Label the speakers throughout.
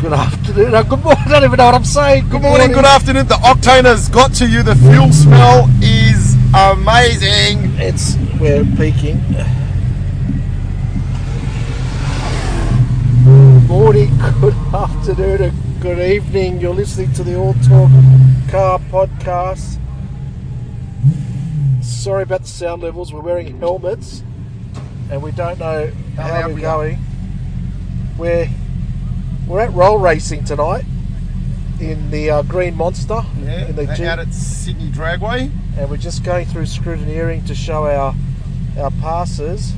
Speaker 1: Good afternoon. No, good morning. I don't even know what I'm saying. Good
Speaker 2: Good morning, good afternoon. The octane has got to you. The fuel smell is amazing.
Speaker 1: It's we're peaking. Good morning, good afternoon, and good evening. You're listening to the All Talk Car Podcast. Sorry about the sound levels. We're wearing helmets, and we don't know how
Speaker 2: loud
Speaker 1: loud we're
Speaker 2: we are.
Speaker 1: going. We're we're at roll racing tonight in the uh, Green Monster
Speaker 2: Yeah,
Speaker 1: in the
Speaker 2: they're
Speaker 1: Jeep
Speaker 2: out at Sydney Dragway.
Speaker 1: and we're just going through scrutineering to show our our passes.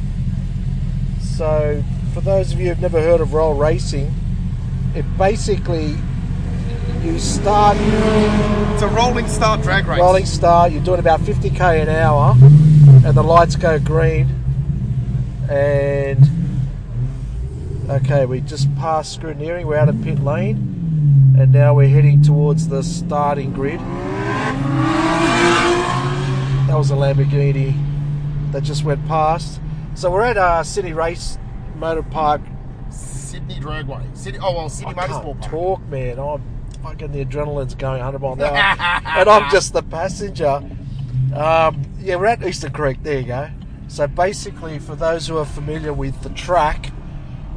Speaker 1: So, for those of you who've never heard of roll racing, it basically you start
Speaker 2: It's a rolling start drag race.
Speaker 1: rolling start. You're doing about 50k an hour, and the lights go green. And okay, we just passed scrutineering. We're out of pit lane, and now we're heading towards the starting grid. That was a Lamborghini that just went past. So we're at uh, City Race Motor Park.
Speaker 2: Sydney Dragway. Sydney, oh, well, Sydney
Speaker 1: I
Speaker 2: Motorsport
Speaker 1: can't
Speaker 2: Park.
Speaker 1: talk, man. I'm fucking the adrenaline's going 100 mile an hour, uh, and I'm just the passenger. Um, yeah, we're at Easter Creek. There you go. So basically, for those who are familiar with the track,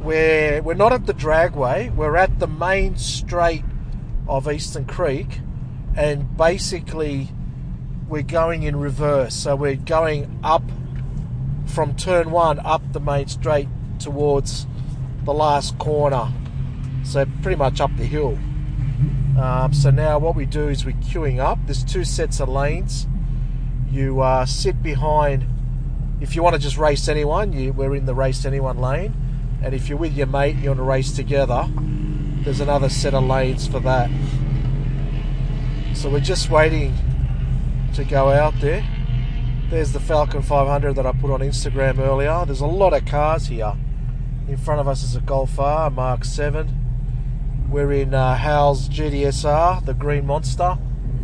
Speaker 1: we're we're not at the dragway. We're at the main straight of Eastern Creek, and basically, we're going in reverse. So we're going up from turn one up the main straight towards the last corner so pretty much up the hill. Um, so now what we do is we're queuing up. There's two sets of lanes. You uh, sit behind. If you want to just race anyone, you, we're in the race anyone lane. And if you're with your mate, you want to race together. There's another set of lanes for that. So we're just waiting to go out there. There's the Falcon 500 that I put on Instagram earlier. There's a lot of cars here. In front of us is a Golf R, a Mark 7. We're in uh, Howell's GDSR, the Green Monster.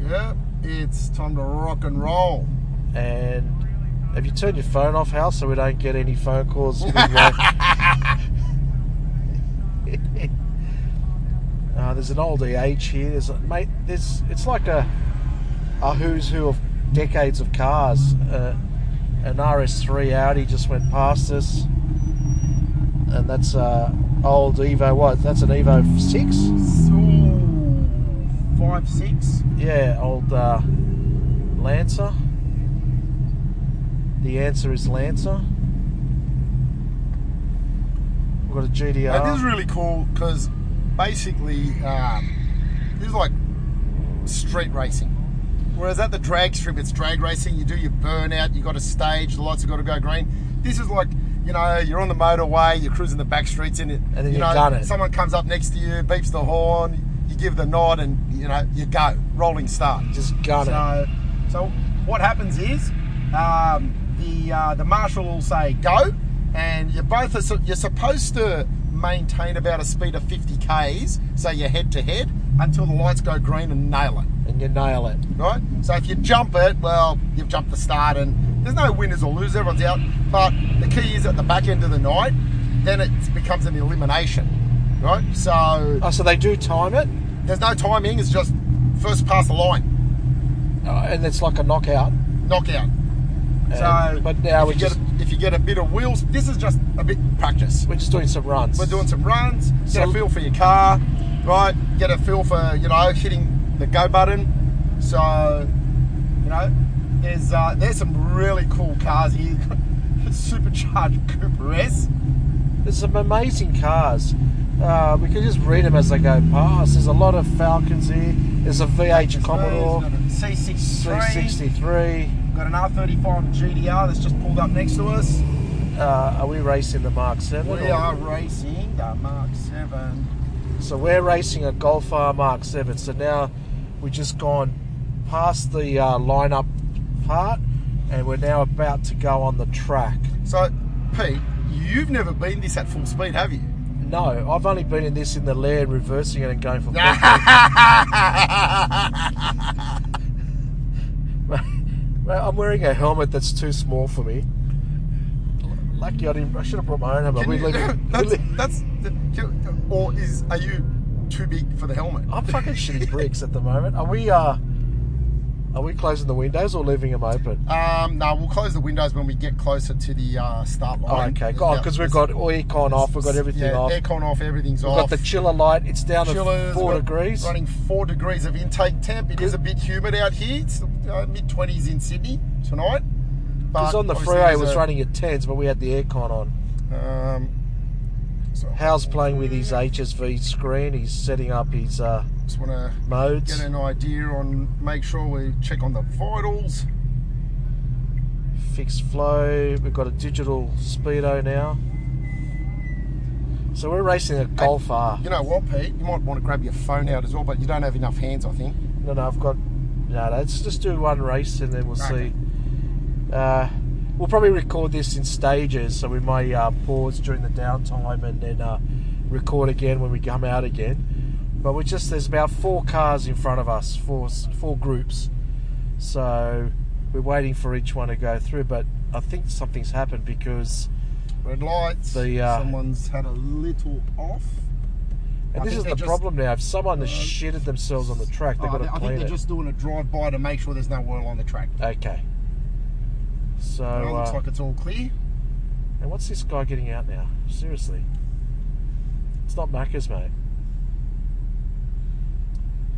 Speaker 2: Yeah, it's time to rock and roll.
Speaker 1: And have you turned your phone off, Hal, so we don't get any phone calls? midway? uh, there's an old EH here. There's a, mate. There's it's like a a who's who of decades of cars. Uh, an RS3 Audi just went past us, and that's uh, old Evo. What? That's an Evo six.
Speaker 2: So, five, six.
Speaker 1: Yeah, old uh, Lancer. The answer is Lancer. We've got a
Speaker 2: Now, this
Speaker 1: GDR.
Speaker 2: is really cool because basically um, this is like street racing. Whereas at the drag strip, it's drag racing. You do your burnout. You got a stage. The lights have got to go green. This is like you know you're on the motorway. You're cruising the back streets in it.
Speaker 1: And then
Speaker 2: you
Speaker 1: you
Speaker 2: know
Speaker 1: gun it.
Speaker 2: someone comes up next to you, beeps the horn. You give the nod, and you know you go rolling start.
Speaker 1: Just gun it.
Speaker 2: So, so what happens is um, the uh, the marshal will say go, and you both are su- you're supposed to maintain about a speed of 50 k's, so you're head to head until the lights go green and nail it.
Speaker 1: And you nail it.
Speaker 2: Right. So if you jump it, well, you've jumped the start, and there's no winners or losers. Everyone's out. But the key is at the back end of the night, then it becomes an elimination. Right. So
Speaker 1: Oh, so they do time it,
Speaker 2: there's no timing. It's just first past the line,
Speaker 1: uh, and it's like a knockout.
Speaker 2: knockout.
Speaker 1: And-
Speaker 2: So,
Speaker 1: but now
Speaker 2: if
Speaker 1: we're
Speaker 2: you
Speaker 1: just
Speaker 2: get a, if you get a bit of wheels, this is just a bit practice.
Speaker 1: we're just doing some runs.
Speaker 2: We're doing some runs, get a
Speaker 1: So-
Speaker 2: feel for your car, right? Get a feel for you know hitting the go button. So, you know, there's uh, there's some really cool cars here. Supercharged Cooper S.
Speaker 1: There's some amazing cars. Uh, we can just read them as they go past. There's a lot of Falcons here. There's a VH Commodore
Speaker 2: uh, C63.
Speaker 1: 363.
Speaker 2: Got an R35 GDR that's just pulled up next to us.
Speaker 1: Uh, are we racing the Mark 7?
Speaker 2: We
Speaker 1: or-
Speaker 2: are racing the Mark 7.
Speaker 1: So we're racing a Golf R Mark 7. So now we've just gone past the uh, lineup part and we're now about to go on the track.
Speaker 2: So, Pete, you've never been this at full speed, have you?
Speaker 1: No, I've only been in this in the lair and reversing it and going for Well, I'm wearing a helmet that's too small for me. Lucky I didn't. I should have brought my own helmet.
Speaker 2: Can
Speaker 1: We
Speaker 2: you-
Speaker 1: live. we
Speaker 2: that's,
Speaker 1: live-
Speaker 2: that's the- can- or is are you too big for the helmet.
Speaker 1: I'm fucking shitting bricks at the moment. Are we? Uh, are we closing the windows or leaving them open?
Speaker 2: Um, no, we'll close the windows when we get closer to the uh, start
Speaker 1: Oh,
Speaker 2: line.
Speaker 1: okay. God,
Speaker 2: Yeah,
Speaker 1: because we've got aircon off, we've got everything
Speaker 2: yeah,
Speaker 1: off.
Speaker 2: Aircon off, everything's
Speaker 1: We've
Speaker 2: off.
Speaker 1: got the chiller light. It's down
Speaker 2: Chillers,
Speaker 1: at four
Speaker 2: we're
Speaker 1: degrees.
Speaker 2: Running four degrees of intake temp. It is a bit humid out here. It's uh, mid twenties in Sydney tonight.
Speaker 1: Because
Speaker 2: But
Speaker 1: on the
Speaker 2: obviously
Speaker 1: freeway it
Speaker 2: there's
Speaker 1: was
Speaker 2: a-
Speaker 1: running at tens, but we had the aircon on.
Speaker 2: Um, so
Speaker 1: Hal's playing with his HSV screen. He's setting up his uh,
Speaker 2: just want to
Speaker 1: modes.
Speaker 2: get an idea on. Make sure we check on the vitals.
Speaker 1: fixed flow. We've got a digital speedo now. So we're racing a Golf R.
Speaker 2: You know what, Pete? You might want to grab your phone out as well, but you don't have enough hands, I think.
Speaker 1: No, no, I've got. No, no, let's just do one race and then we'll
Speaker 2: Okay.
Speaker 1: see. Uh, we'll probably record this in stages, so we may uh, pause during the downtime and then uh, record again when we come out again. But we just there's about four cars in front of us, four s- four groups. So we're waiting for each one to go through. But I think something's happened because
Speaker 2: Red lights.
Speaker 1: The, uh,
Speaker 2: Someone's had a little off.
Speaker 1: And
Speaker 2: I
Speaker 1: this
Speaker 2: think
Speaker 1: is
Speaker 2: they
Speaker 1: the
Speaker 2: just-
Speaker 1: problem now. If someone has shitted themselves on the track, they've
Speaker 2: Oh,
Speaker 1: got
Speaker 2: they-
Speaker 1: to
Speaker 2: I
Speaker 1: clean
Speaker 2: think they're
Speaker 1: it.
Speaker 2: just doing a drive by to make sure there's no oil on the track.
Speaker 1: Okay. So,
Speaker 2: Well, it looks
Speaker 1: uh,
Speaker 2: like it's all clear.
Speaker 1: and what's this guy getting out now? Seriously, it's not Macca's, mate.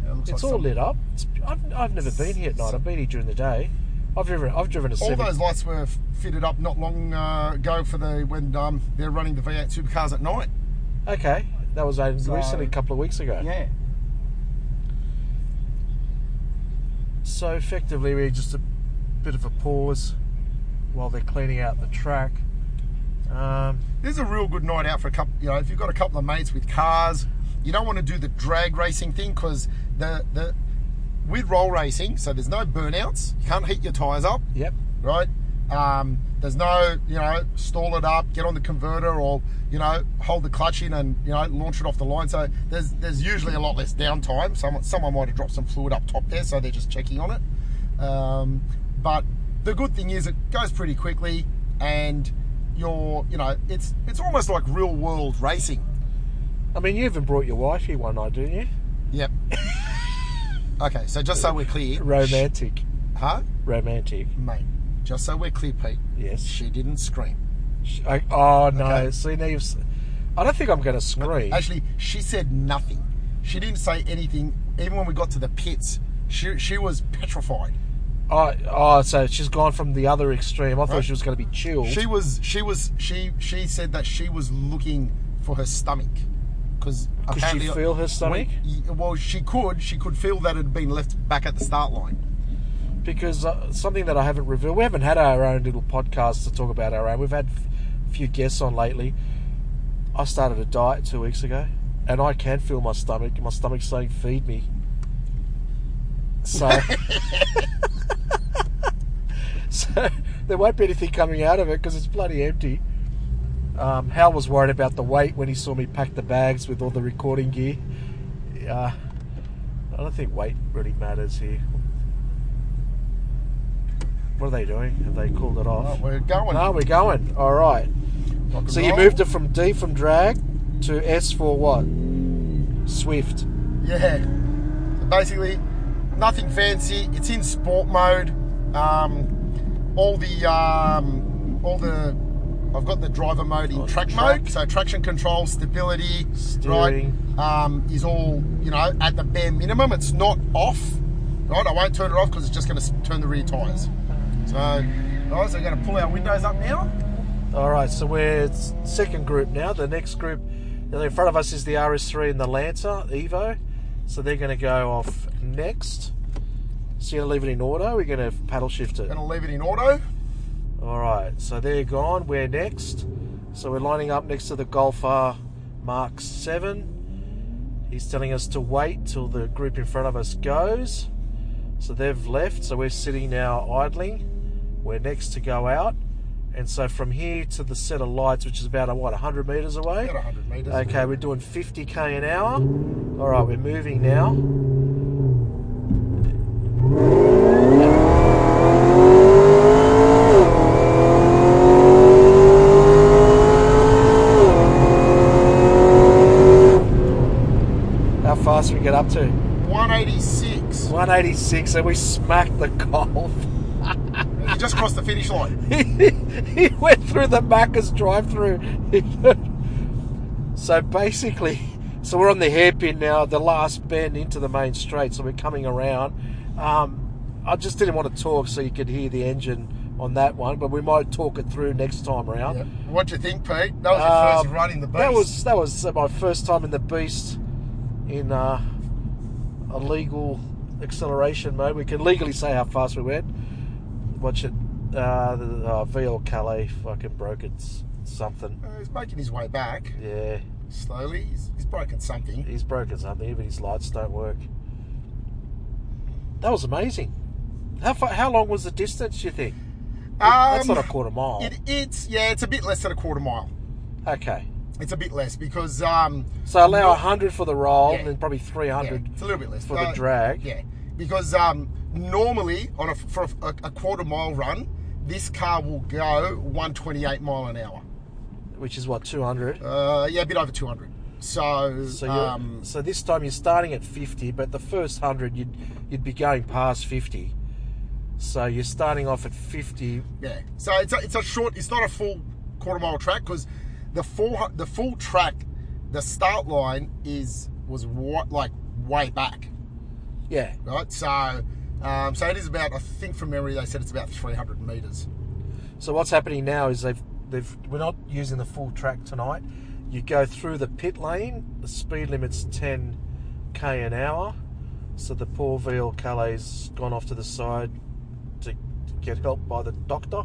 Speaker 2: Yeah, it looks
Speaker 1: It's
Speaker 2: like
Speaker 1: all
Speaker 2: some-
Speaker 1: lit up. It's, I've, I've never been here at night. I've been here during the day. I've driven. I've driven a
Speaker 2: All
Speaker 1: Civic.
Speaker 2: those lights were f- fitted up not long uh, ago for the when um, they're running the V8 supercars at night.
Speaker 1: Okay, that was only
Speaker 2: So-
Speaker 1: recently, a couple of weeks ago.
Speaker 2: Yeah.
Speaker 1: So effectively, we're just a bit of a pause while they're cleaning out the track. Um,
Speaker 2: This is a real good night out for a couple. You know, if you've got a couple of mates with cars, you don't want to do the drag racing thing because the the with roll racing, so there's no burnouts. You can't heat your tires up.
Speaker 1: yep.
Speaker 2: right? Um, there's no, you know, stall it up, get on the converter, or you know, hold the clutch in and you know launch it off the line. So there's there's usually a lot less downtime. Someone someone might have dropped some fluid up top there, so they're just checking on it. Um, but the good thing is it goes pretty quickly, and you're, you know, it's it's almost like real world racing.
Speaker 1: I mean, you even brought your wife here one night, didn't you?
Speaker 2: Yep. okay, so just so we're clear,
Speaker 1: Romantic.
Speaker 2: huh,
Speaker 1: romantic.
Speaker 2: mate? Just so we're clear, Pete,
Speaker 1: Yes.
Speaker 2: she didn't scream.
Speaker 1: I, oh no!
Speaker 2: Okay.
Speaker 1: See now you've. s- I don't think I'm going to scream.
Speaker 2: Actually, she said nothing. She didn't say anything. Even when we got to the pits, she she was petrified.
Speaker 1: oh, oh, so she's gone from the other extreme. I thought
Speaker 2: Right.
Speaker 1: she was going to be chilled.
Speaker 2: She was she was she she said that she was looking for her stomach because
Speaker 1: Could she feel her stomach?
Speaker 2: well, she could. She could feel that it had been left back at the start line.
Speaker 1: because uh, something that I haven't revealed. We haven't had our own little podcast to talk about our own. We've had a few guests on lately. I started a diet two weeks ago, and I can feel my stomach. My stomach's saying, "Feed me." So, so there won't be anything coming out of it because it's bloody empty. Um, Hal was worried about the weight when he saw me pack the bags with all the recording gear. Uh, I don't think weight really matters here. What are they doing? Have they called it
Speaker 2: Oh,
Speaker 1: off?
Speaker 2: we're going.
Speaker 1: No, we're going. All right.
Speaker 2: Rock and
Speaker 1: So you
Speaker 2: roll.
Speaker 1: moved it from D from drag to S for what? Swift.
Speaker 2: Yeah. Basically, nothing fancy. It's in sport mode. Um, all the um, all the I've got the driver mode in
Speaker 1: Oh,
Speaker 2: track,
Speaker 1: track.
Speaker 2: mode, so traction control, stability,
Speaker 1: Steering.
Speaker 2: right, um, is all you know at the bare minimum. It's not off, right? I won't turn it off because it's just going to turn the rear tires. So, guys, we're going to pull our windows up now.
Speaker 1: All right. So we're s- second group now. The next group in front of us is the RS3 and the Lancer Evo. So they're going to go off next. So you're going to leave it in order. We're going to paddle shift it.
Speaker 2: Going to leave it in auto.
Speaker 1: All right, so they're gone. We're next. So we're lining up next to the Golf R Mark 7. He's telling us to wait till the group in front of us goes. So they've left. So we're sitting now idling. We're next to go out. And so from here to the set of lights, which is about, uh, what, 100 metres away?
Speaker 2: Got 100 meters.
Speaker 1: Okay, we're doing 50k an hour. All right, we're moving now. fast we get up to?
Speaker 2: 186.
Speaker 1: 186, and we smacked the golf.
Speaker 2: You just crossed the finish line.
Speaker 1: he went through the Macca's drive-through. so basically, so we're on the hairpin now, the last bend into the main straight. So we're coming around. Um, I just didn't want to talk so you could hear the engine on that one, but we might talk it through next time around.
Speaker 2: Yeah. What'd you think, Pete? That was your first
Speaker 1: Um,
Speaker 2: run in the beast.
Speaker 1: That was that was uh, my first time in the beast in uh, a legal acceleration mode. We can legally say how fast we went. Watch it. Uh, the uh, VL Calais fucking broke its something.
Speaker 2: Uh, he's making his way back
Speaker 1: Yeah,
Speaker 2: slowly. He's, he's broken something.
Speaker 1: he's broken something. Even his lights don't work. That was amazing. How far, how long was the distance? You think? That's
Speaker 2: Um,
Speaker 1: not a quarter mile.
Speaker 2: It, it's yeah, it's a bit less than a quarter mile.
Speaker 1: okay.
Speaker 2: It's a bit less because um,
Speaker 1: So allow 100 for the roll
Speaker 2: Yeah.
Speaker 1: and then probably
Speaker 2: yeah,
Speaker 1: 300
Speaker 2: it's a little bit less Uh,
Speaker 1: for the drag.
Speaker 2: Yeah, because um, normally on a for a, a quarter mile run, this car will go 128 mile an hour.
Speaker 1: which is what 200.
Speaker 2: Uh, yeah, a bit over 200. So,
Speaker 1: So, you're,
Speaker 2: um,
Speaker 1: so this time you're starting at 50, but the first 100 you'd, you'd be going past 50. So you're starting off at 50.
Speaker 2: yeah, so it's a, it's a short. It's not a full quarter mile track because the full the full track, the start line is was wa- like way back.
Speaker 1: Yeah.
Speaker 2: right? So, um, so it is about. I think from memory they said it's about 300 meters.
Speaker 1: So what's happening now is they've they've we're not using the full track tonight. You go through the pit lane. The speed limit's 10 k an hour. So the poor VL Calais gone off to the side to, to get help by the doctor.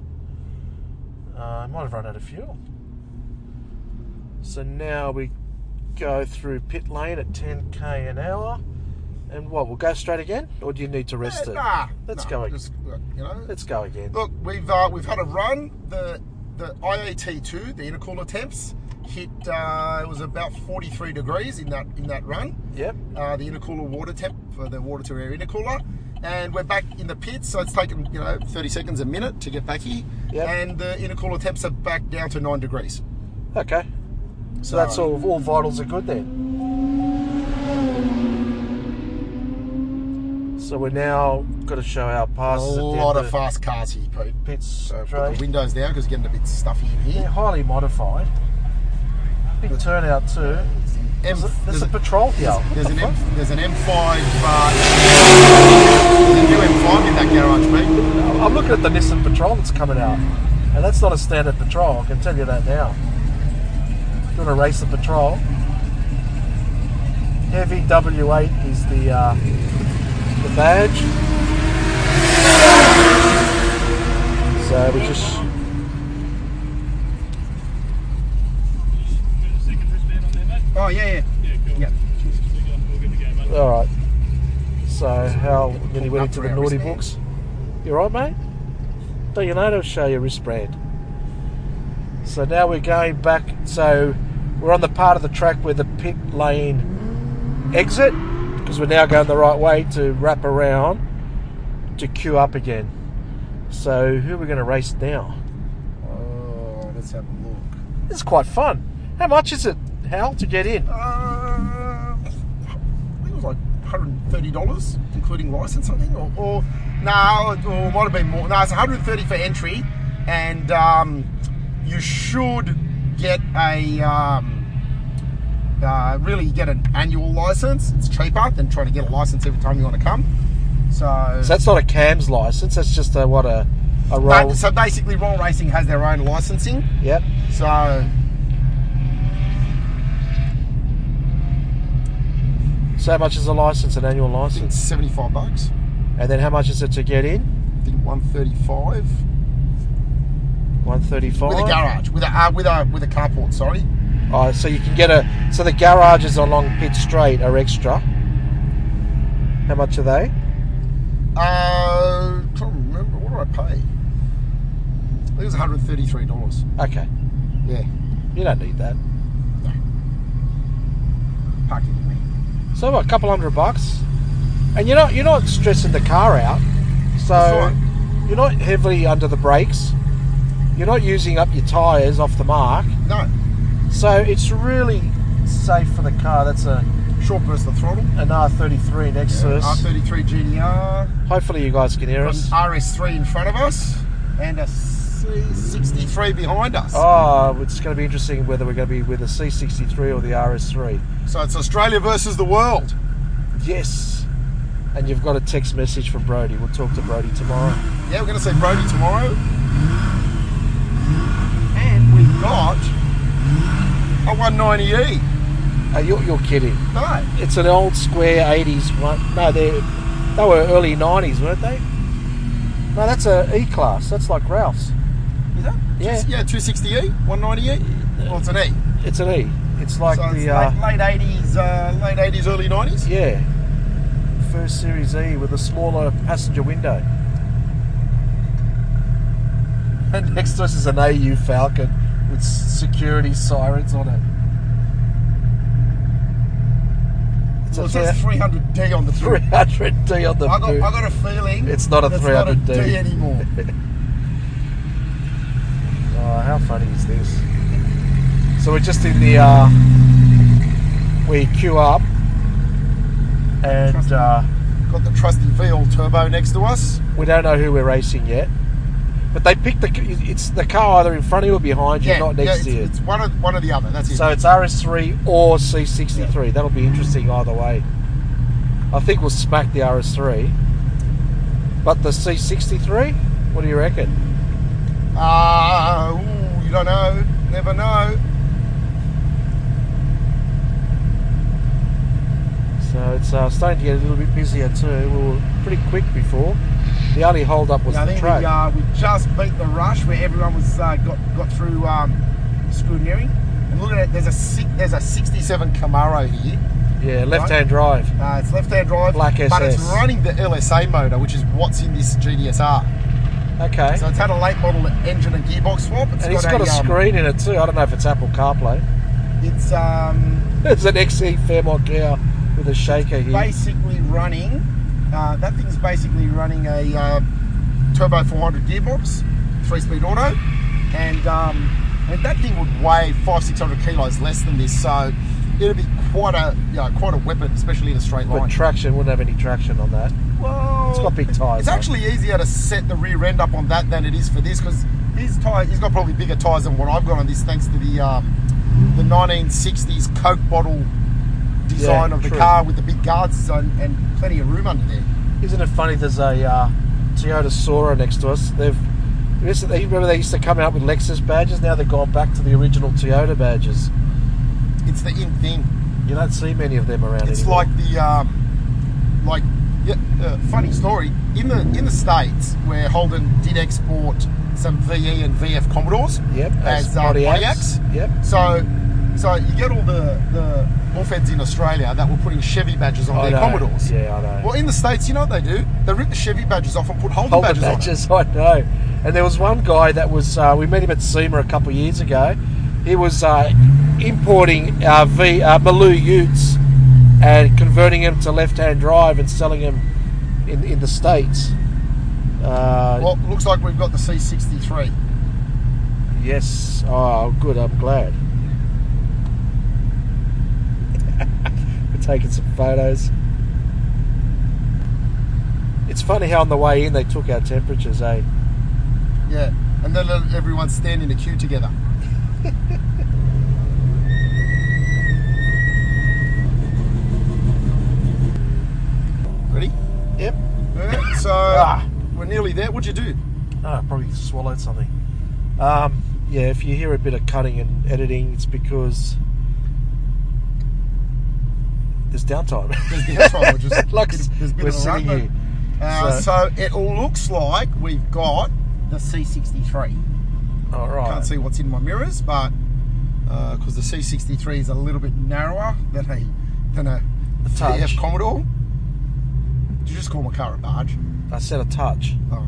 Speaker 1: Uh, might have run out of fuel. So now we go through pit lane at 10 k an hour. And what? We'll go straight again, or do you need to rest
Speaker 2: Eh,
Speaker 1: it?
Speaker 2: nah,
Speaker 1: let's
Speaker 2: nah,
Speaker 1: go. ag-
Speaker 2: Just, look, you know,
Speaker 1: let's go again.
Speaker 2: look, we've uh, we've had a run. The the IAT2, the intercooler temps, hit. Uh, it was about 43 degrees in that in that run.
Speaker 1: Yep.
Speaker 2: Uh, the intercooler water temp for the water to air intercooler. And we're back in the pit, so it's taken you know 30 seconds a minute to get back here.
Speaker 1: Yep.
Speaker 2: And the intercooler temps are back down to nine degrees.
Speaker 1: Okay. So that's all. All vitals are good then. So we're now got to show our
Speaker 2: A
Speaker 1: passes. at the
Speaker 2: lot
Speaker 1: end
Speaker 2: of fast cars here, Pete.
Speaker 1: pits
Speaker 2: So put
Speaker 1: straight.
Speaker 2: the windows down because it's getting a bit stuffy in
Speaker 1: They're
Speaker 2: here.
Speaker 1: highly modified. Big turnout too.
Speaker 2: M-
Speaker 1: There's a, there's
Speaker 2: there's
Speaker 1: a
Speaker 2: a-
Speaker 1: patrol here.
Speaker 2: There's an M, there's an M5. Uh, there's a new M5 in that garage, mate.
Speaker 1: I'm looking at the Nissan Patrol that's coming out, and that's not a standard Patrol. I can tell you that now. If you want to race the Patrol? Heavy W8 is the uh, the badge. So we just
Speaker 2: Oh yeah, yeah. Yeah.
Speaker 1: all right. So how many went into
Speaker 2: for
Speaker 1: the
Speaker 2: our
Speaker 1: naughty
Speaker 2: wristband.
Speaker 1: books? You all right, mate? Don't you know to show your wristband? So now we're going back. So we're on the part of the track where the pit lane exit because we're now going the right way to wrap around to queue up again. So who are we going to race now?
Speaker 2: Oh, let's have a look.
Speaker 1: This is quite fun. How much is it, Hal, to get in?
Speaker 2: Uh, I think it was like 130 dollars, including license, I think, or, or no, it- or it might have been more. No, it's 130 for entry, and um, you should get a. Um, uh, really get an annual license. It's cheaper than trying to get a license every time you want to come. So,
Speaker 1: So that's not a CAMS license. That's just a what a a
Speaker 2: But-
Speaker 1: roll.
Speaker 2: so basically, Royal Racing has their own licensing.
Speaker 1: Yep.
Speaker 2: So
Speaker 1: So how much is a license, an annual
Speaker 2: I think it's
Speaker 1: license?
Speaker 2: 75 bucks.
Speaker 1: And then how much is it to get in?
Speaker 2: I think 135
Speaker 1: One
Speaker 2: with a
Speaker 1: thirty-five.
Speaker 2: garage, with a uh, with a with a carport. Sorry.
Speaker 1: Oh, so you can get a. So the garages along Pitt Street are extra. How much are they?
Speaker 2: Uh, trying to remember what did I pay. I think it was 133 dollars.
Speaker 1: Okay,
Speaker 2: Yeah,
Speaker 1: you don't need that.
Speaker 2: parking. lot.
Speaker 1: So what, a couple hundred bucks, and you're not you're not stressing the car out.
Speaker 2: That's
Speaker 1: So
Speaker 2: right.
Speaker 1: you're not heavily under the brakes. You're not using up your tires off the mark.
Speaker 2: No,
Speaker 1: So it's really safe for the car. That's a
Speaker 2: Short burst of throttle.
Speaker 1: An R33 next to us.
Speaker 2: R33 GDR.
Speaker 1: Hopefully you guys can hear
Speaker 2: An
Speaker 1: us.
Speaker 2: RS3 in front of us. And a C63 behind us.
Speaker 1: Oh, it's going to be interesting whether we're going to be with the C63 or the RS3.
Speaker 2: So it's Australia versus the world.
Speaker 1: Yes. And you've got a text message from Brody. We'll talk to Brody tomorrow.
Speaker 2: Yeah, we're going to see Brody tomorrow. And we've got a E. 190E.
Speaker 1: Uh, you're, you're kidding.
Speaker 2: No.
Speaker 1: It's an old square 80s one. No, they they were early 90s, weren't they? No, that's a E class. That's like Ralph's.
Speaker 2: Is that?
Speaker 1: Yeah.
Speaker 2: Yeah, 260E, 190E. Well, it's an E.
Speaker 1: It's an E. It's like
Speaker 2: so
Speaker 1: the
Speaker 2: it's
Speaker 1: uh,
Speaker 2: late, late 80s, uh, late 80s, early 90s.
Speaker 1: yeah first Series E with a smaller passenger window. And next to us is an AU Falcon with s- security sirens on it. It's
Speaker 2: So
Speaker 1: a
Speaker 2: it says 300D on the boot.
Speaker 1: 300D on the
Speaker 2: I got, I
Speaker 1: boot.
Speaker 2: got a feeling
Speaker 1: It's not a
Speaker 2: that's
Speaker 1: 300D.
Speaker 2: not a D anymore.
Speaker 1: Oh, how funny is this? So we're just in the uh, we queue up, and uh,
Speaker 2: Got the trusty VL turbo next to us.
Speaker 1: we don't know who we're racing yet. But they picked the it's the car either in front of you or behind you, not next
Speaker 2: it's,
Speaker 1: to you.
Speaker 2: it's one of one or the other. That's it.
Speaker 1: So it's RS3 or C63. That'll be interesting either way. I think we'll smack the RS3, but the C63. What do you reckon?
Speaker 2: Ah, ooh, you don't know, never know.
Speaker 1: So it's uh, starting to get a little bit busier too. We were pretty quick before. The only hold up was
Speaker 2: Yeah, I
Speaker 1: the
Speaker 2: think we,
Speaker 1: track.
Speaker 2: uh, we just beat the rush where everyone was uh, got got through um, scrutineering. And look at it. There's a si- there's a 67 Camaro here.
Speaker 1: Yeah, left hand drive.
Speaker 2: Uh, it's left-hand drive,
Speaker 1: Black
Speaker 2: but it's
Speaker 1: SS.
Speaker 2: running the LSA motor, which is what's in this GDSR.
Speaker 1: Okay.
Speaker 2: So it's had a late model engine and gearbox swap. It's
Speaker 1: and it's got a,
Speaker 2: um,
Speaker 1: screen in it too. I don't know if it's Apple CarPlay.
Speaker 2: It's um,
Speaker 1: It's an XE Fairmont gear with a shaker here.
Speaker 2: basically running. Uh, that thing's basically running a uh, turbo 400 gearbox, three-speed auto, and um, and that thing would weigh five six hundred kilos less than this, so it'd be quite a you know, quite a weapon, especially in a straight
Speaker 1: But
Speaker 2: line.
Speaker 1: traction wouldn't have any traction on that.
Speaker 2: well,
Speaker 1: It's got big tyres,
Speaker 2: It's
Speaker 1: though.
Speaker 2: actually easier to set the rear end up on that than it is for this because his tire, he's got probably bigger tires than what I've got on this, thanks to the um, the 1960s Coke bottle design
Speaker 1: Yeah,
Speaker 2: of the
Speaker 1: true.
Speaker 2: car with the big guards and, and plenty of room under there.
Speaker 1: Isn't it funny? There's a uh, Toyota Sora next to us. They've listen, they- remember they used to come out with Lexus badges. Now they've gone back to the original Toyota badges.
Speaker 2: It's the in thing.
Speaker 1: You don't see many of them around
Speaker 2: It's
Speaker 1: anymore.
Speaker 2: like the um, like yeah, uh, funny story in the in the states where Holden did export some VE and VF Commodores.
Speaker 1: yep, as,
Speaker 2: uh,
Speaker 1: Pontiacs. Yep,
Speaker 2: So, so you get all the the bullfeds in Australia that were putting Chevy badges on
Speaker 1: I know.
Speaker 2: their Commodores.
Speaker 1: Yeah, I know.
Speaker 2: Well, in the states, you know what they do? They rip the Chevy badges off and put Holden,
Speaker 1: Holden
Speaker 2: badges,
Speaker 1: badges, I know. And there was one guy that was, uh, we met him at SEMA a couple of years ago. He was uh, importing uh, v, uh, Maloo Utes and converting them to left hand drive and selling them in, in the States. Uh,
Speaker 2: on it. Well, looks like we've got the C63.
Speaker 1: yes. Oh, good. I'm glad. We're taking some photos. It's funny how on the way in they took our temperatures, eh?
Speaker 2: Yeah, and then let everyone stand in a queue together. Ready?
Speaker 1: Yep.
Speaker 2: Yeah, so
Speaker 1: Ah.
Speaker 2: we're nearly there. What'd you do?
Speaker 1: No, I probably swallowed something. Um, yeah, if you hear a bit of cutting and editing, it's because there's downtime.
Speaker 2: There's the outside, which is
Speaker 1: Like
Speaker 2: there's a bit
Speaker 1: we're
Speaker 2: of a run,
Speaker 1: sitting
Speaker 2: but-
Speaker 1: here.
Speaker 2: Uh,
Speaker 1: So-
Speaker 2: so. it looks like we've got the C63.
Speaker 1: All right.
Speaker 2: Can't see what's in my mirrors, but because the C63 is a little bit narrower than a than a
Speaker 1: A touch.
Speaker 2: VF Commodore. Did you just call my car a barge?
Speaker 1: I said a touch.
Speaker 2: Oh,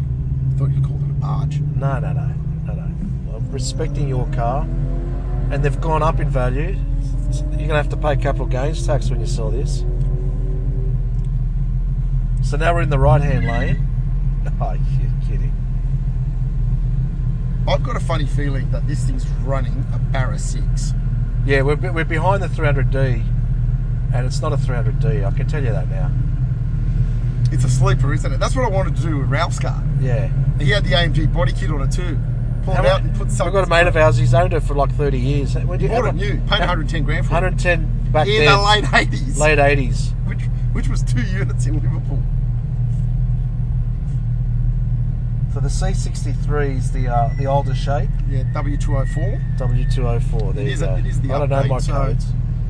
Speaker 2: I thought you called it a barge.
Speaker 1: No, no, no, no, no. I'm respecting your car, and they've gone up in value. You're gonna have to pay capital gains tax when you sell this. So now we're in the right-hand lane. Oh, you're kidding.
Speaker 2: I've got a funny feeling that this thing's running a Barra 6.
Speaker 1: Yeah, we're, we're behind the 300D and it's not a 300D. I can tell you that now.
Speaker 2: It's a sleeper, isn't it? That's what I wanted to do with Ralph's car.
Speaker 1: Yeah.
Speaker 2: He had the AMG body kit on it too. Pull it out and put
Speaker 1: I've
Speaker 2: something.
Speaker 1: got a mate of ours. He's owned it for like 30 years. When did you-
Speaker 2: Bought
Speaker 1: how
Speaker 2: it
Speaker 1: mu-
Speaker 2: new, paid
Speaker 1: how-
Speaker 2: 110 grand for it.
Speaker 1: 110 back
Speaker 2: in
Speaker 1: then,
Speaker 2: the late 80s.
Speaker 1: late 80s.
Speaker 2: Which, which was two units in Liverpool.
Speaker 1: So the C63 is the uh, the older shape.
Speaker 2: Yeah, W204.
Speaker 1: W204. There
Speaker 2: It
Speaker 1: you
Speaker 2: is,
Speaker 1: go.
Speaker 2: a, it is the
Speaker 1: I don't know
Speaker 2: update,
Speaker 1: my
Speaker 2: so-
Speaker 1: codes.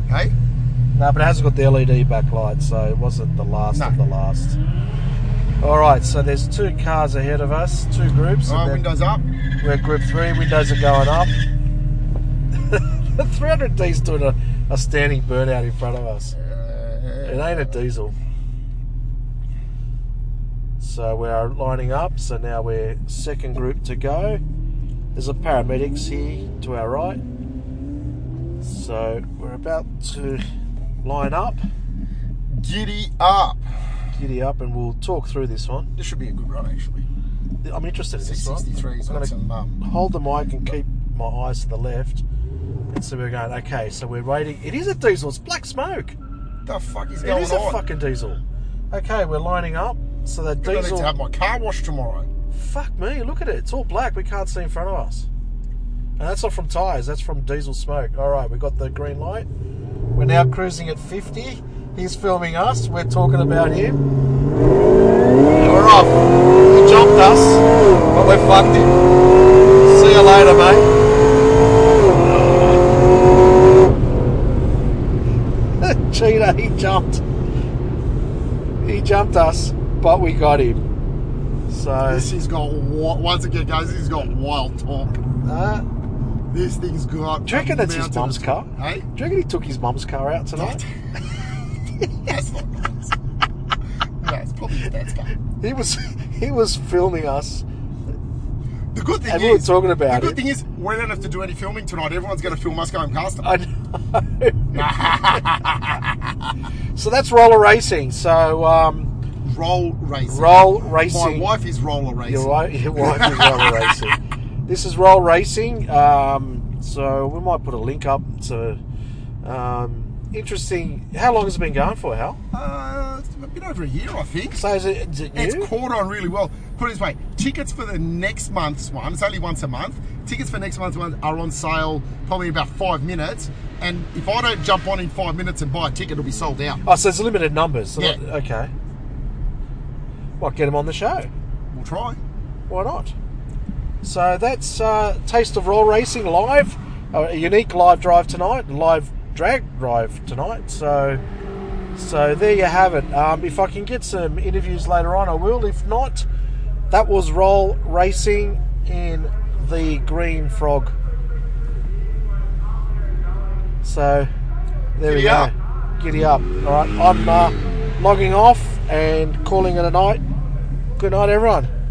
Speaker 2: Hey?
Speaker 1: No, but it hasn't got the LED backlight, so it wasn't the last
Speaker 2: No.
Speaker 1: of the last. All right, so there's two cars ahead of us, two groups.
Speaker 2: All right,
Speaker 1: and then
Speaker 2: windows up.
Speaker 1: We're at group three. Windows are going up. the 300D's doing a, a standing burnout in front of us. It
Speaker 2: Uh,
Speaker 1: ain't a diesel. So we're lining up. So now we're second group to go. There's a paramedics here to our right. So we're about to line up,
Speaker 2: giddy up.
Speaker 1: giddy up, and we'll talk through this one.
Speaker 2: This should be a good run, actually.
Speaker 1: I'm interested in this one.
Speaker 2: 63 has
Speaker 1: I'm
Speaker 2: got
Speaker 1: gonna-
Speaker 2: some. Um,
Speaker 1: Hold the mic and keep my eyes to the left. And so we're going. Okay, so we're waiting. It is a diesel. It's black smoke.
Speaker 2: the fuck is
Speaker 1: It
Speaker 2: going
Speaker 1: is a
Speaker 2: on?
Speaker 1: fucking diesel. Okay, we're lining up. So that
Speaker 2: I need
Speaker 1: diesel.
Speaker 2: to have my car washed tomorrow.
Speaker 1: Fuck me, look at it. It's all black. We can't see in front of us. And that's not from tyres, that's from diesel smoke. All right, we got the green light. We're now cruising at 50. He's filming us. We're talking about him. And we're off. He jumped us, but we fucked him. See you later, mate. Cheetah, he jumped. He jumped us, but we got him. So,
Speaker 2: This has got wi- once again, guys. This has got wild talk.
Speaker 1: uh,
Speaker 2: This thing's got.
Speaker 1: Do you reckon that's his
Speaker 2: mountain-
Speaker 1: mum's car?
Speaker 2: Hey,
Speaker 1: Do you reckon he took his mum's car out tonight?
Speaker 2: that's not nice. no, it's probably your dad's car.
Speaker 1: he was he was filming us.
Speaker 2: The good thing
Speaker 1: And
Speaker 2: is,
Speaker 1: we were talking about
Speaker 2: the good
Speaker 1: it.
Speaker 2: thing is, we don't have to do any filming tonight. Everyone's going to film us going past them.
Speaker 1: I know. so that's roller racing. So um,
Speaker 2: roll racing.
Speaker 1: roll
Speaker 2: My
Speaker 1: racing.
Speaker 2: wife is roller racing.
Speaker 1: Your wife, your wife is roller racing. This is roll racing. Um, so we might put a link up to. Um, interesting. How long has it been going for, Hal?
Speaker 2: Uh, it's been over a year, I think.
Speaker 1: So is it, is it new?
Speaker 2: It's caught on really well. Put it this way: tickets for the next month's one. It's only once a month. Tickets for next month's one are on sale probably in about five minutes. And if I don't jump on in five minutes and buy a ticket, it'll be sold out.
Speaker 1: Oh, so it's limited numbers. So
Speaker 2: Yeah.
Speaker 1: that- okay. What, get him on the show?
Speaker 2: We'll try.
Speaker 1: Why not? So that's uh, Taste of Raw Racing live, uh, a unique live drive tonight, live drag drive tonight. So, so there you have it. Um, if I can get some interviews later on, I will. If not, that was Roll Racing in the Green Frog. So there we
Speaker 2: Giddy
Speaker 1: go.
Speaker 2: up.
Speaker 1: Giddy up. All right, I'm uh, logging off and calling it a night. Good night, everyone.